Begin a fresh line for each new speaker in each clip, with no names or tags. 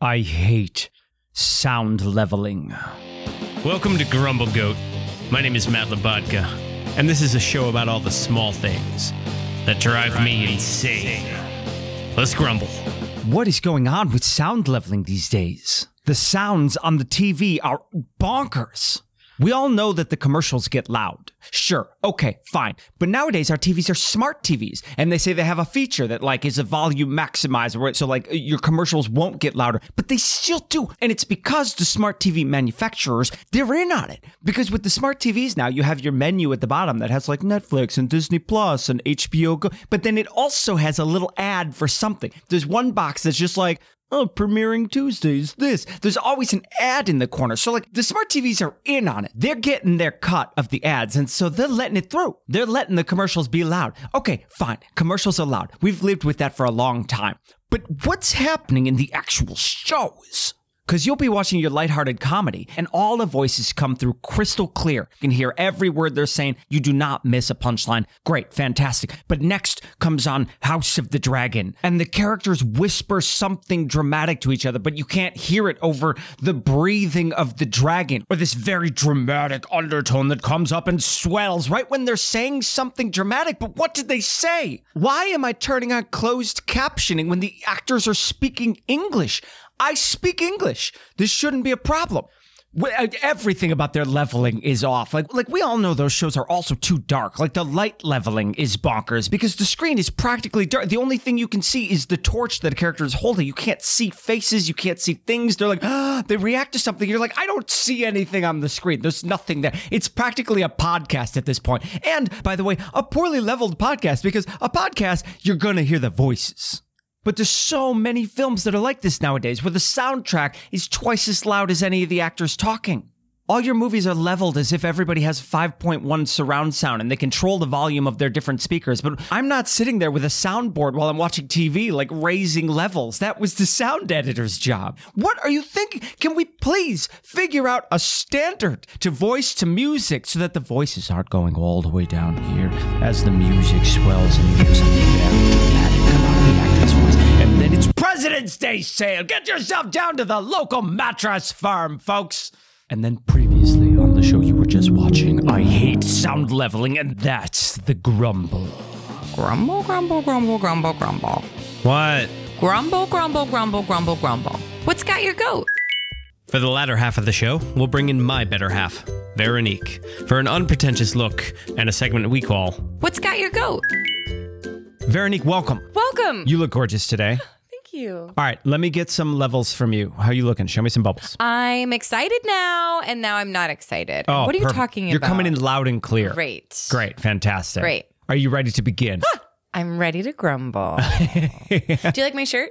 I hate sound leveling.
Welcome to Grumble Goat. My name is Matt Labodka, and this is a show about all the small things that drive me insane. Let's grumble.
What is going on with sound leveling these days? The sounds on the TV are bonkers. We all know that the commercials get loud. Sure, okay, fine. But nowadays our TVs are smart TVs, and they say they have a feature that like is a volume maximizer, right? So like your commercials won't get louder, but they still do. And it's because the smart TV manufacturers, they're in on it. Because with the smart TVs now, you have your menu at the bottom that has like Netflix and Disney Plus and HBO Go, but then it also has a little ad for something. There's one box that's just like Oh, premiering Tuesdays, this. There's always an ad in the corner. So, like, the smart TVs are in on it. They're getting their cut of the ads, and so they're letting it through. They're letting the commercials be loud. Okay, fine. Commercials are loud. We've lived with that for a long time. But what's happening in the actual shows? Because you'll be watching your lighthearted comedy, and all the voices come through crystal clear. You can hear every word they're saying. You do not miss a punchline. Great, fantastic. But next comes on House of the Dragon, and the characters whisper something dramatic to each other, but you can't hear it over the breathing of the dragon or this very dramatic undertone that comes up and swells right when they're saying something dramatic. But what did they say? Why am I turning on closed captioning when the actors are speaking English? I speak English. This shouldn't be a problem. Wh- uh, Everything about their leveling is off. Like, like we all know those shows are also too dark. Like the light leveling is bonkers because the screen is practically dark. The only thing you can see is the torch that a character is holding. You can't see faces. You can't see things. They're like, ah, they react to something. You're like, I don't see anything on the screen. There's nothing there. It's practically a podcast at this point. And by the way, a poorly leveled podcast because a podcast, you're going to hear the voices. But there's so many films that are like this nowadays, where the soundtrack is twice as loud as any of the actors talking. All your movies are leveled as if everybody has 5.1 surround sound and they control the volume of their different speakers. But I'm not sitting there with a soundboard while I'm watching TV, like raising levels. That was the sound editor's job. What are you thinking? Can we please figure out a standard to voice to music so that the voices aren't going all the way down here as the music swells and you hear something very dramatic come out of the actor's voice? And then it's President's Day sale. Get yourself down to the local mattress farm, folks. And then previously on the show you were just watching, I hate sound leveling, and that's the grumble.
Grumble, grumble, grumble, grumble, grumble.
What?
Grumble, grumble, grumble, grumble, grumble. What's got your goat?
For the latter half of the show, we'll bring in my better half, Veronique, for an unpretentious look and a segment we call
What's got your goat?
Veronique Welcome.
Welcome.
You look gorgeous today.
Thank you.
All right, let me get some levels from you. How you looking? Show me some bubbles.
I'm excited now, and now I'm not excited. what are you
Oh, perfect.
talking
You're
about?
coming in loud and clear.
Great.
Great, fantastic.
Great.
Are you ready to begin?
I'm ready to grumble. Do you like my shirt?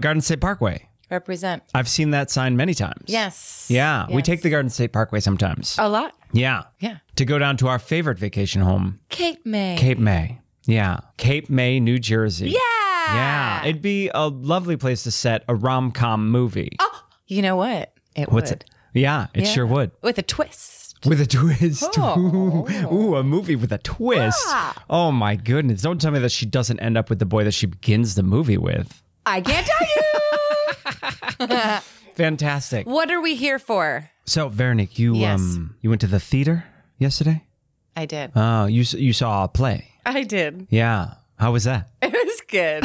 Garden State Parkway.
Represent.
I've seen that sign many times.
Yes.
Yeah, we
Yes.
take the Garden State Parkway sometimes.
A lot.
Yeah.
Yeah.
To go down to our favorite vacation home,
Cape May.
Cape May. Yeah. Cape May, New Jersey.
Yeah.
Yeah. It'd be a lovely place to set a rom com movie.
oh, you know what? It
What's
would.
it? Yeah, it
Yeah.
sure would.
With a twist.
With a twist.
Oh.
Ooh, ooh, a movie with a twist.
Ah.
Oh my goodness. Don't tell me that she doesn't end up with the boy that she begins the movie with.
I can't tell you.
Fantastic.
what are we here for?
So, Veronique, you
Yes.
um you went to the theater yesterday?
I did.
Oh, you s- you saw a play.
I did.
Yeah. How was that?
It was good.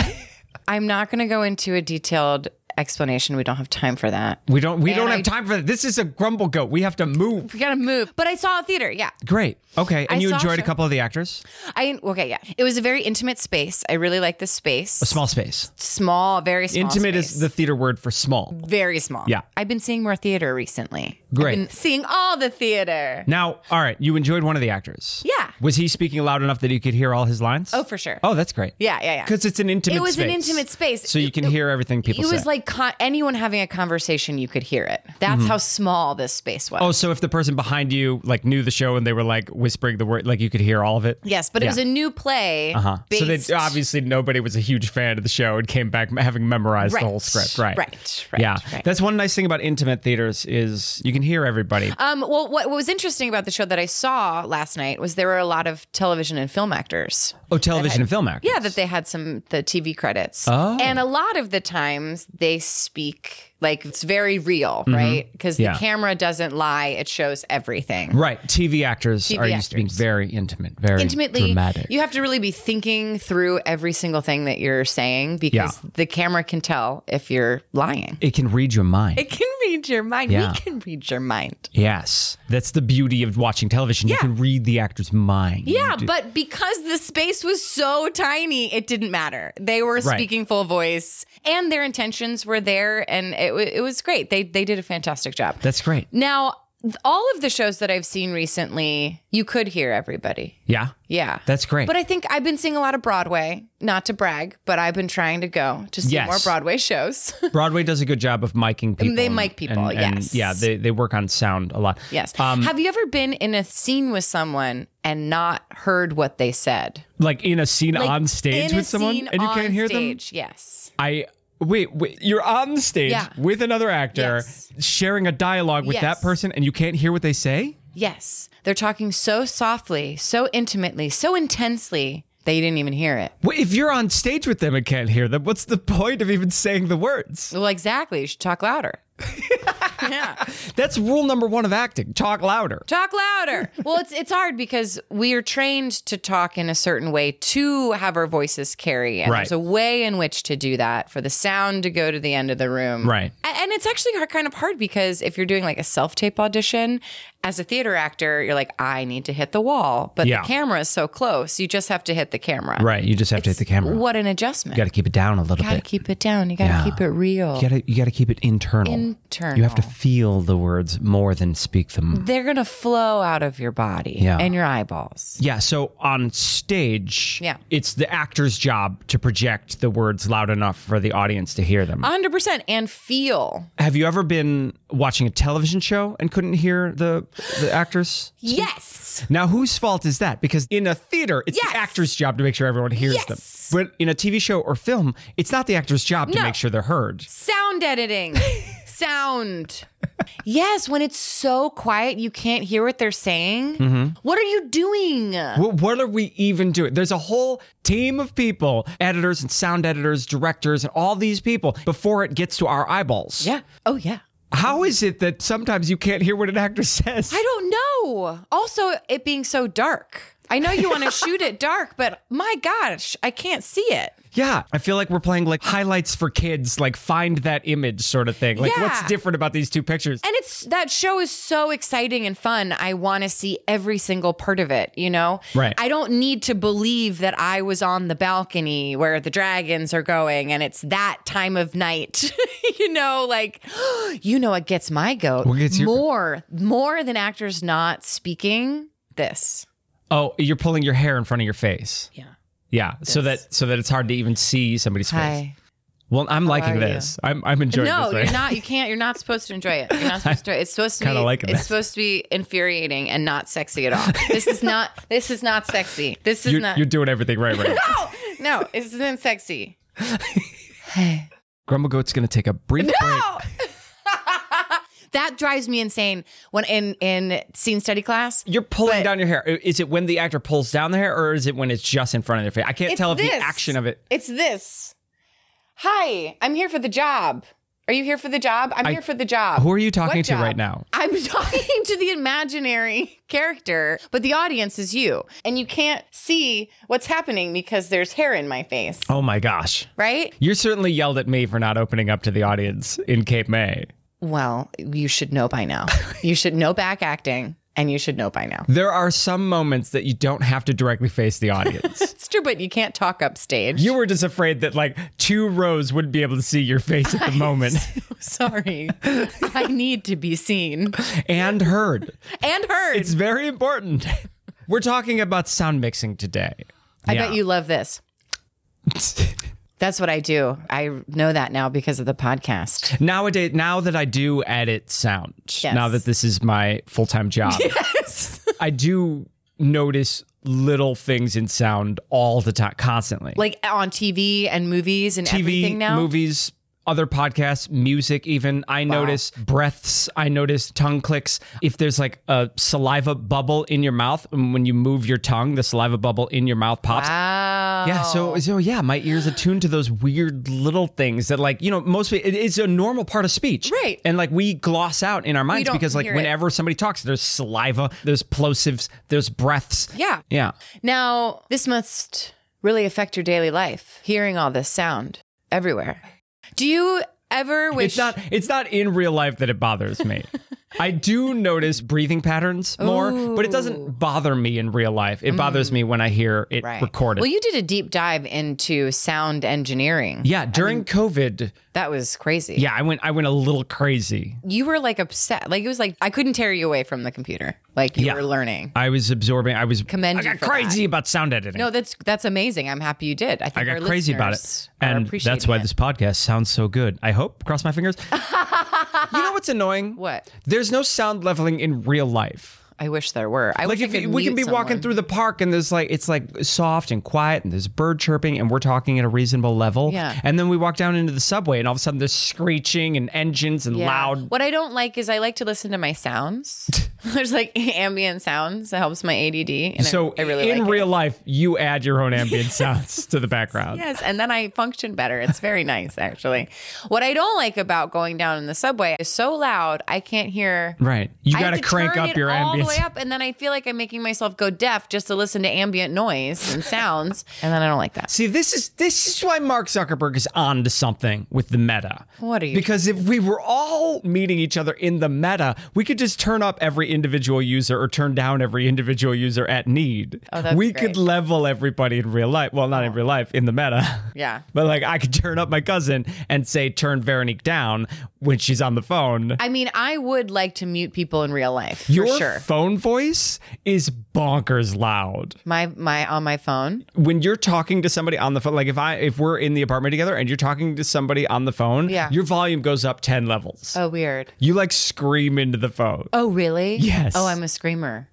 I'm not going to go into a detailed explanation. We don't have time for that.
We don't we don't
I-
have time for that. This is a grumble goat. We have to move.
We got to move. But I saw a theater. Yeah.
Great. Okay. And
I
you
saw
enjoyed a
Sher-
couple of the actors?
I okay, yeah. It was a very intimate space. I really like the space.
A small space.
small, very small.
Intimate
space.
is the theater word for small.
very small.
Yeah.
I've been seeing more theater recently. I've
Great.
been seeing all the theater.
Now, all right, you enjoyed one of the actors.
Yeah.
Was he speaking loud enough that you could hear all his lines?
Oh, for sure.
Oh, that's great.
Yeah, yeah, yeah.
Because it's an intimate
It was an
space.
intimate space.
So you can hear everything people
It
say.
was like con- anyone having a conversation, you could hear it. That's how small this space was.
Mm-hmm. oh, so if the person behind you like knew the show and they were like whispering the word, like you could hear all of it?
yes, but it
Yeah.
was a new play. Uh-huh.
So uh, then obviously nobody was a huge fan of the show and came back having memorized the whole script. Right.
Right. Right.
Yeah.
Right.
That's one nice thing about intimate theaters is you can hear everybody.
Um, well, what, what was interesting about the show that I saw last night was there were a lot of television and film actors.
oh, television and film actors.
Yeah, that they had some the TV credits,
Oh.
and a lot of the times they they speak like it's very real,
Mm-hmm.
right? Because
Yeah.
the camera doesn't lie; it shows everything.
Right. TV actors
TV
are used to being
actors.
very intimate, very
Intimately,
dramatic.
you have to really be thinking through every single thing that you're saying because
Yeah.
the camera can tell if you're lying.
it can read your mind.
It can read your mind.
Yeah.
We can read your mind.
yes. That's the beauty of watching television. You
Yeah.
can read the actor's mind.
Yeah, but because the space was so tiny, it didn't matter. They were speaking full voice, and their intentions were there, and it, wa- it was great. They they did a fantastic job.
That's great.
now, th- all of the shows that I've seen recently, you could hear everybody.
Yeah.
Yeah,
That's great.
But I think I've been seeing a lot of Broadway. Not to brag, but I've been trying to go to see
Yes.
more Broadway shows.
Broadway does a good job of miking people.
uh, They
and-
mic people,
and- and,
yes.
Yeah, they, they work on sound a lot.
yes.
Um,
Have you ever been in a scene with someone and not heard what they said?
like in a scene
Like,
on
in
stage
a
with someone
scene
and you
on
can't hear them.
stage, Yes.
I wait, wait, you're on stage
Yeah.
with another actor
Yes.
sharing a dialogue with that
Yes.
person and you can't hear what they say?
Yes. They're talking so softly, so intimately, so intensely that you didn't even hear it.
Well, if you're on stage with them and can't hear them, what's the point of even saying the words?
Well, exactly. You should talk louder. yeah.
That's rule number 1 of acting. Talk louder.
Talk louder. Well, it's it's hard because we are trained to talk in a certain way to have our voices carry. And
Right.
there's a way in which to do that for the sound to go to the end of the room.
Right.
A- And it's actually hard, kind of hard because if you're doing like a self tape audition as a theater actor, you're like, I need to hit the wall. But
Yeah.
the camera is so close, you just have to hit the camera.
Right, you just have to hit the camera.
What an adjustment.
You got to keep it down a little
gotta
bit.
keep it down. You gotta
Yeah.
keep it real.
you got to you got to keep it internal.
Internal.
You have to feel the words more than speak them.
They're gonna flow out of your body
Yeah.
and your eyeballs.
Yeah, so on stage,
Yeah.
it's the actor's job to project the words loud enough for the audience to hear them.
hundred percent and feel.
Have you ever been watching a television show and couldn't hear the the actors?
Yes.
Now, whose fault is that? Because in a theater, it's
Yes.
the actor's job to make sure everyone hears
Yes.
them. But in a TV show or film, it's not the actor's job to
No.
make sure they're heard.
Sound editing. Sound. Yes, when it's so quiet you can't hear what they're saying.
Mm-hmm.
What are you doing?
Wh- What are we even doing? There's a whole team of people, editors and sound editors, directors, and all these people before it gets to our eyeballs.
Yeah. Oh yeah.
How is it that sometimes you can't hear what an actor says?
I don't know. Also, it being so dark. I know you want to shoot it dark, but my gosh, I can't see it.
Yeah, I feel like we're playing like highlights for kids, like find that image sort of thing. Like,
Yeah.
what's different about these two pictures?
And it's that show is so exciting and fun. I want to see every single part of it, you know?
Right.
I don't need to believe that I was on the balcony where the dragons are going and it's that time of night. you know, like you know what gets my goat
What gets your-
more more than actors not speaking this.
Oh, you're pulling your hair in front of your face.
Yeah.
Yeah, so that so that it's hard to even see somebody's face.
Hi.
Well, I'm liking
are
this. I'm I'm enjoying
no,
this. right
you're not. You can't. You're not supposed to enjoy it. You're not supposed to. It's supposed to
Kinda
be.
liking
it's
that.
supposed to be infuriating and not sexy at all. This is not. This is not sexy. This is
You're,
not.
you're doing everything right right. now.
no, no, this isn't sexy. hey.
Grumble Goat's gonna take a brief break.
No. that drives me insane when in in scene study class.
You're pulling
But-
down your hair. Is it when the actor pulls down the hair, or is it when it's just in front of their face? I can't
It's
tell if
this.
the action of it.
It's this. Hi, I'm here for the job. Are you here for the job? I'm here for the job.
Who are you talking
What
to right
job?
now?
I'm talking to the imaginary character, but the audience is you. And you can't see what's happening because there's hair in my face,
Oh my gosh.
right?
You certainly yelled at me for not opening up to the audience in Cape May.
Well, you should know by now. you should know back acting, and you should know by now.
There are some moments that you don't have to directly face the audience.
It's true, but you can't talk upstage.
you were just afraid that like two rows wouldn't be able to see your face at the moment
Sorry. I need to be seen
and heard.
and heard.
It's very important. We're talking about sound mixing today.
I bet you love this. That's what I do. I know that now because of the podcast.
Nowadays, now that I do edit sound,
Yes.
now that this is my full time job, I do notice little things in sound all the time, constantly.
Like on TV and movies and
TV,
everything now.
movies, other podcasts, music, even, I notice breaths, I notice tongue clicks. If there's like a saliva bubble in your mouth, and when you move your tongue, the saliva bubble in your mouth pops.
Wow.
Yeah, so so yeah, my ears attuned to those weird little things that like you know most pe- it, it's a normal part of speech,
Right.
And like we gloss out in our minds
don't
because like
hear it.
whenever somebody talks, there's saliva, there's plosives, there's breaths.
Yeah.
yeah.
Now, this must really affect your daily life, hearing all this sound everywhere. Do you ever wish
It's not it's not in real life that it bothers me. I do notice breathing patterns more, but it
Ooh. Mm.
doesn't bother me in real life. It bothers me when I hear it
Right.
recorded.
Well, you did a deep dive into sound engineering.
yeah, during COVID,
That was crazy.
yeah, I went I went a little crazy.
You were like upset. Like it was like I couldn't tear you away from the computer. Like you
Yeah.
were learning.
I was absorbing. I was
Commend
I
you
got
for
crazy about sound editing.
No, that's that's amazing. I'm happy you did. I think
I got
our
crazy about it.
listeners are
And that's
appreciating
why
it.
this podcast sounds so good. I hope. Cross my fingers. you know what's annoying?
What?
There's no sound leveling in real life.
I wish there were. I
Like
wish
if
I could
we can
mute
be walking
someone.
through the park and there's like it's like soft and quiet and there's bird chirping and we're talking at a reasonable level.
Yeah.
And then we walk down into the subway and all of a sudden there's screeching and engines and
Yeah.
loud.
What I don't like is I like to listen to my sounds. There's like ambient sounds that helps my ADD. And
So
I, I really
in
like it.
real life, you add your own ambient sounds to the background.
Yes, and then I function better. It's very nice, actually. What I don't like about going down in the subway is so loud I can't hear.
Right. You
I
got
have
to
to
crank
turn
up
it
your
all the
ambience.
way up, and then I feel like I'm making myself go deaf just to listen to ambient noise and sounds, and then I don't like that.
See, this is this is why Mark Zuckerberg is on to something with the meta.
What are you-
Because if we were all meeting each other in the meta, we could just turn up every individual user or turn down every individual user at need.
Oh, that'd
we
be
could
great. Oh.
level everybody in real life. Well, not in real life, in the meta.
Yeah.
But like I could turn up my cousin and say turn Veronique down when she's on the phone.
I mean, I would like to mute people in real life
Your
for sure.
phone voice is bonkers loud.
my my on my phone.
when you're talking to somebody on the phone, like if I if we're in the apartment together and you're talking to somebody on the phone,
Yeah.
your volume goes up ten levels.
Oh, weird.
You like scream into the phone.
Oh, really?
Yes.
Oh, I'm a screamer.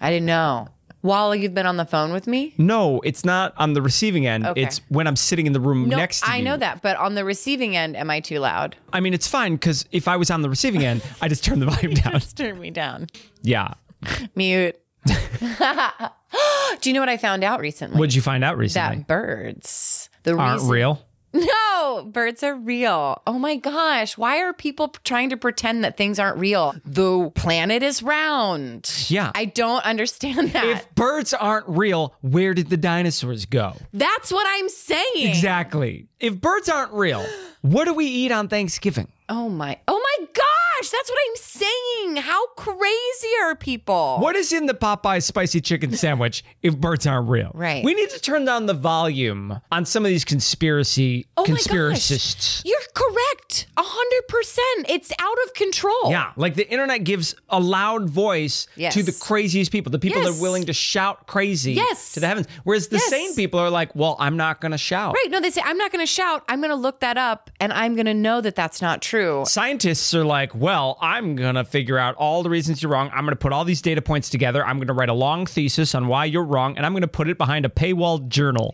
I didn't know. While you've been on the phone with me?
No, it's not on the receiving end.
Okay.
It's when I'm sitting in the room
No,
next to
I
you.
know that, but on the receiving end, am I too loud?
I mean, it's fine because if I was on the receiving end, I just turn the volume down.
Just turn me down.
Yeah.
Mute. Do you know what I found out recently?
What'd you find out recently?
that birds the
Aren't
reason-
real.
No, birds are real. Oh my gosh, why are people p- trying to pretend that things aren't real? The planet is round.
Yeah.
I don't understand that.
If birds aren't real, where did the dinosaurs go?
That's what I'm saying.
Exactly. If birds aren't real, what do we eat on Thanksgiving?
Oh my. Oh my gosh, that's what I'm saying. How crazy are people?
What is in the Popeye spicy chicken sandwich if birds aren't real?
Right.
We need to turn down the volume on some of these conspiracy
Oh my
conspiracists.
gosh. You're correct. 100%. It's out of control.
Yeah, like the internet gives a loud voice
Yes.
to the craziest people, the people that
Yes.
are willing to shout crazy
Yes.
to the heavens. Whereas the
Yes.
sane people are like, well, I'm not going to shout.
Right. No, they say, I'm not going to shout. I'm going to look that up and I'm going to know that that's not true.
Scientists are like, well, I'm going to figure out all the reasons you're wrong. I'm going to put all these data points together. I'm going to write a long thesis on why you're wrong, and I'm going to put it behind a paywall journal.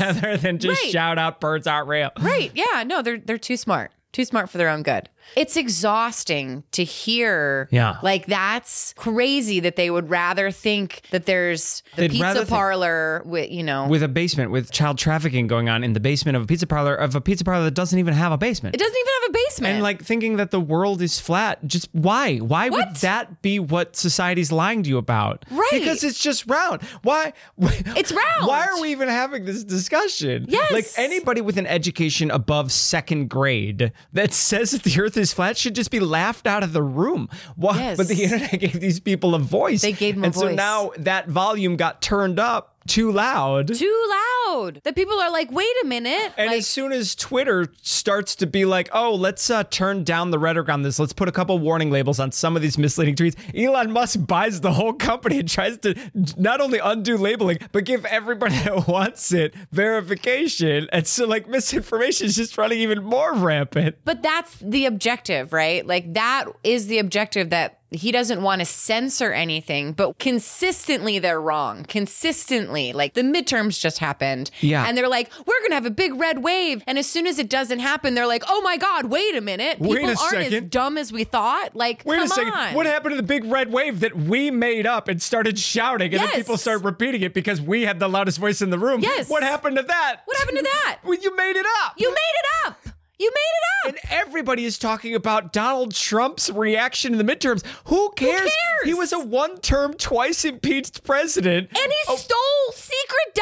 Rather than just
Right.
shout out birds aren't real.
Right. Yeah. No, they're they're too smart. Too smart for their own good. It's exhausting to hear.
Yeah.
Like that's crazy that they would rather think that there's the
They'd rather
pizza
think-
parlor with you know
with a basement with child trafficking going on in the basement of a pizza parlor of a pizza parlor that doesn't even have a basement.
it doesn't even have a basement.
and like thinking that the world is flat, just why? Why would
What?
that be what society's lying to you about?
Right.
Because it's just round. Why? It's
round.
Why are we even having this discussion?
Yes.
Like anybody with an education above second grade that says that the earth is flat should just be laughed out of the room. Why?
Yes.
But the internet gave these people a voice.
They gave them a
and so
voice.
now that volume got turned up too loud.
too loud. The people are like, wait a minute.
And
like,
as soon as Twitter starts to be like, oh, let's uh, turn down the rhetoric on this, let's put a couple warning labels on some of these misleading tweets, Elon Musk buys the whole company and tries to not only undo labeling, but give everybody that wants it verification. And so, like, misinformation is just running even more rampant.
But that's the objective, right? Like that is the objective that he doesn't want to censor anything, but consistently they're wrong. Consistently, like the midterms just happened.
Yeah.
And they're like, we're going to have a big red wave. And as soon as it doesn't happen, they're like, oh my God, wait a minute.
Wait
People
a
aren't as
second.
dumb as we thought. Like,
Wait
come
a second.
on.
What happened to the big red wave that we made up and started shouting, and
Yes.
then people started repeating it because we had the loudest voice in the room?
Yes.
What happened to that?
What happened to that?
Well, you made it up.
You made it up. You made it up.
and everybody is talking about Donald Trump's reaction in the midterms. Who cares?
cares?
He was a one-term, twice impeached president. Oh,
and he stole secret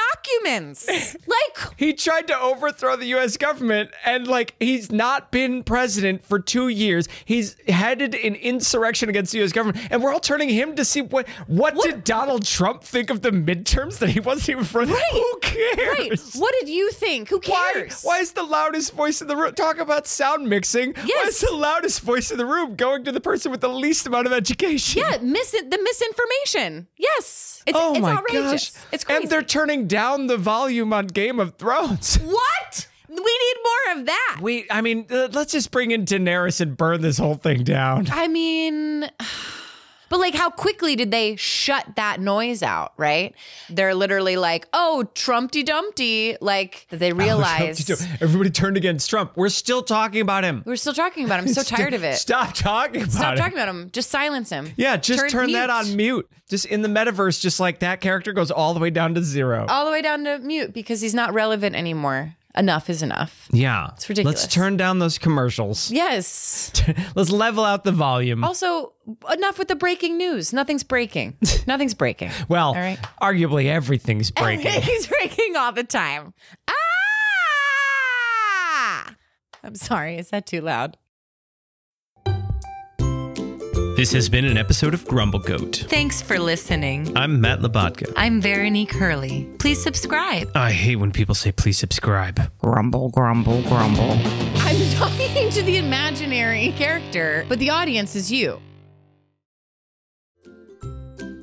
documents. like,
He tried to overthrow the US government and like he's not been president for 2 years. He's headed an insurrection against the US government and we're all turning him to see what what, did Donald Trump think of the midterms that he wasn't even front. Who cares?
Right. What did you think? Who
Why,
cares?
why is the loudest voice in the room talk about sound mixing? Why
Yes.
is the loudest voice in the room going to the person with the least amount of education?
Yeah, mis- the misinformation. Yes. It's,
Oh
it's
my
outrageous.
gosh.
It's crazy.
And they're turning down the volume on Game of Thrones.
what? We need more of that.
We, I mean, uh, let's just bring in Daenerys and burn this whole thing down.
I mean, but like, how quickly did they shut that noise out, right? They're literally like, oh, Trumpty Dumpty. Like,
Oh,
they realize
Everybody turned against Trump. We're still talking about him.
we're still talking about him. I'm so tired of it.
Stop talking about
Stop
him.
talking about him. Just silence him.
yeah, just turn, that
mute.
on mute. Just in the metaverse, just like that character goes all the way down to zero.
All the way down to mute because he's not relevant anymore. Enough is enough.
yeah.
It's ridiculous.
Let's turn down those commercials.
Yes.
Let's level out the volume.
Also, enough with the breaking news. Nothing's breaking. Nothing's breaking.
well,
all right.
arguably everything's breaking.
He's breaking all the time. Ah! I'm sorry. Is that too loud?
This has been an episode of Grumble Goat.
Thanks for listening.
I'm Matt Labatka.
I'm Veronique Hurley. Please subscribe.
I hate when people say please subscribe.
Grumble, grumble, grumble.
I'm talking to the imaginary character, but the audience is you.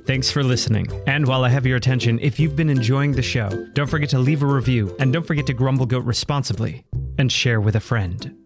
Thanks for listening. And while I have your attention, if you've been enjoying the show, don't forget to leave a review and don't forget to grumble goat responsibly and share with a friend.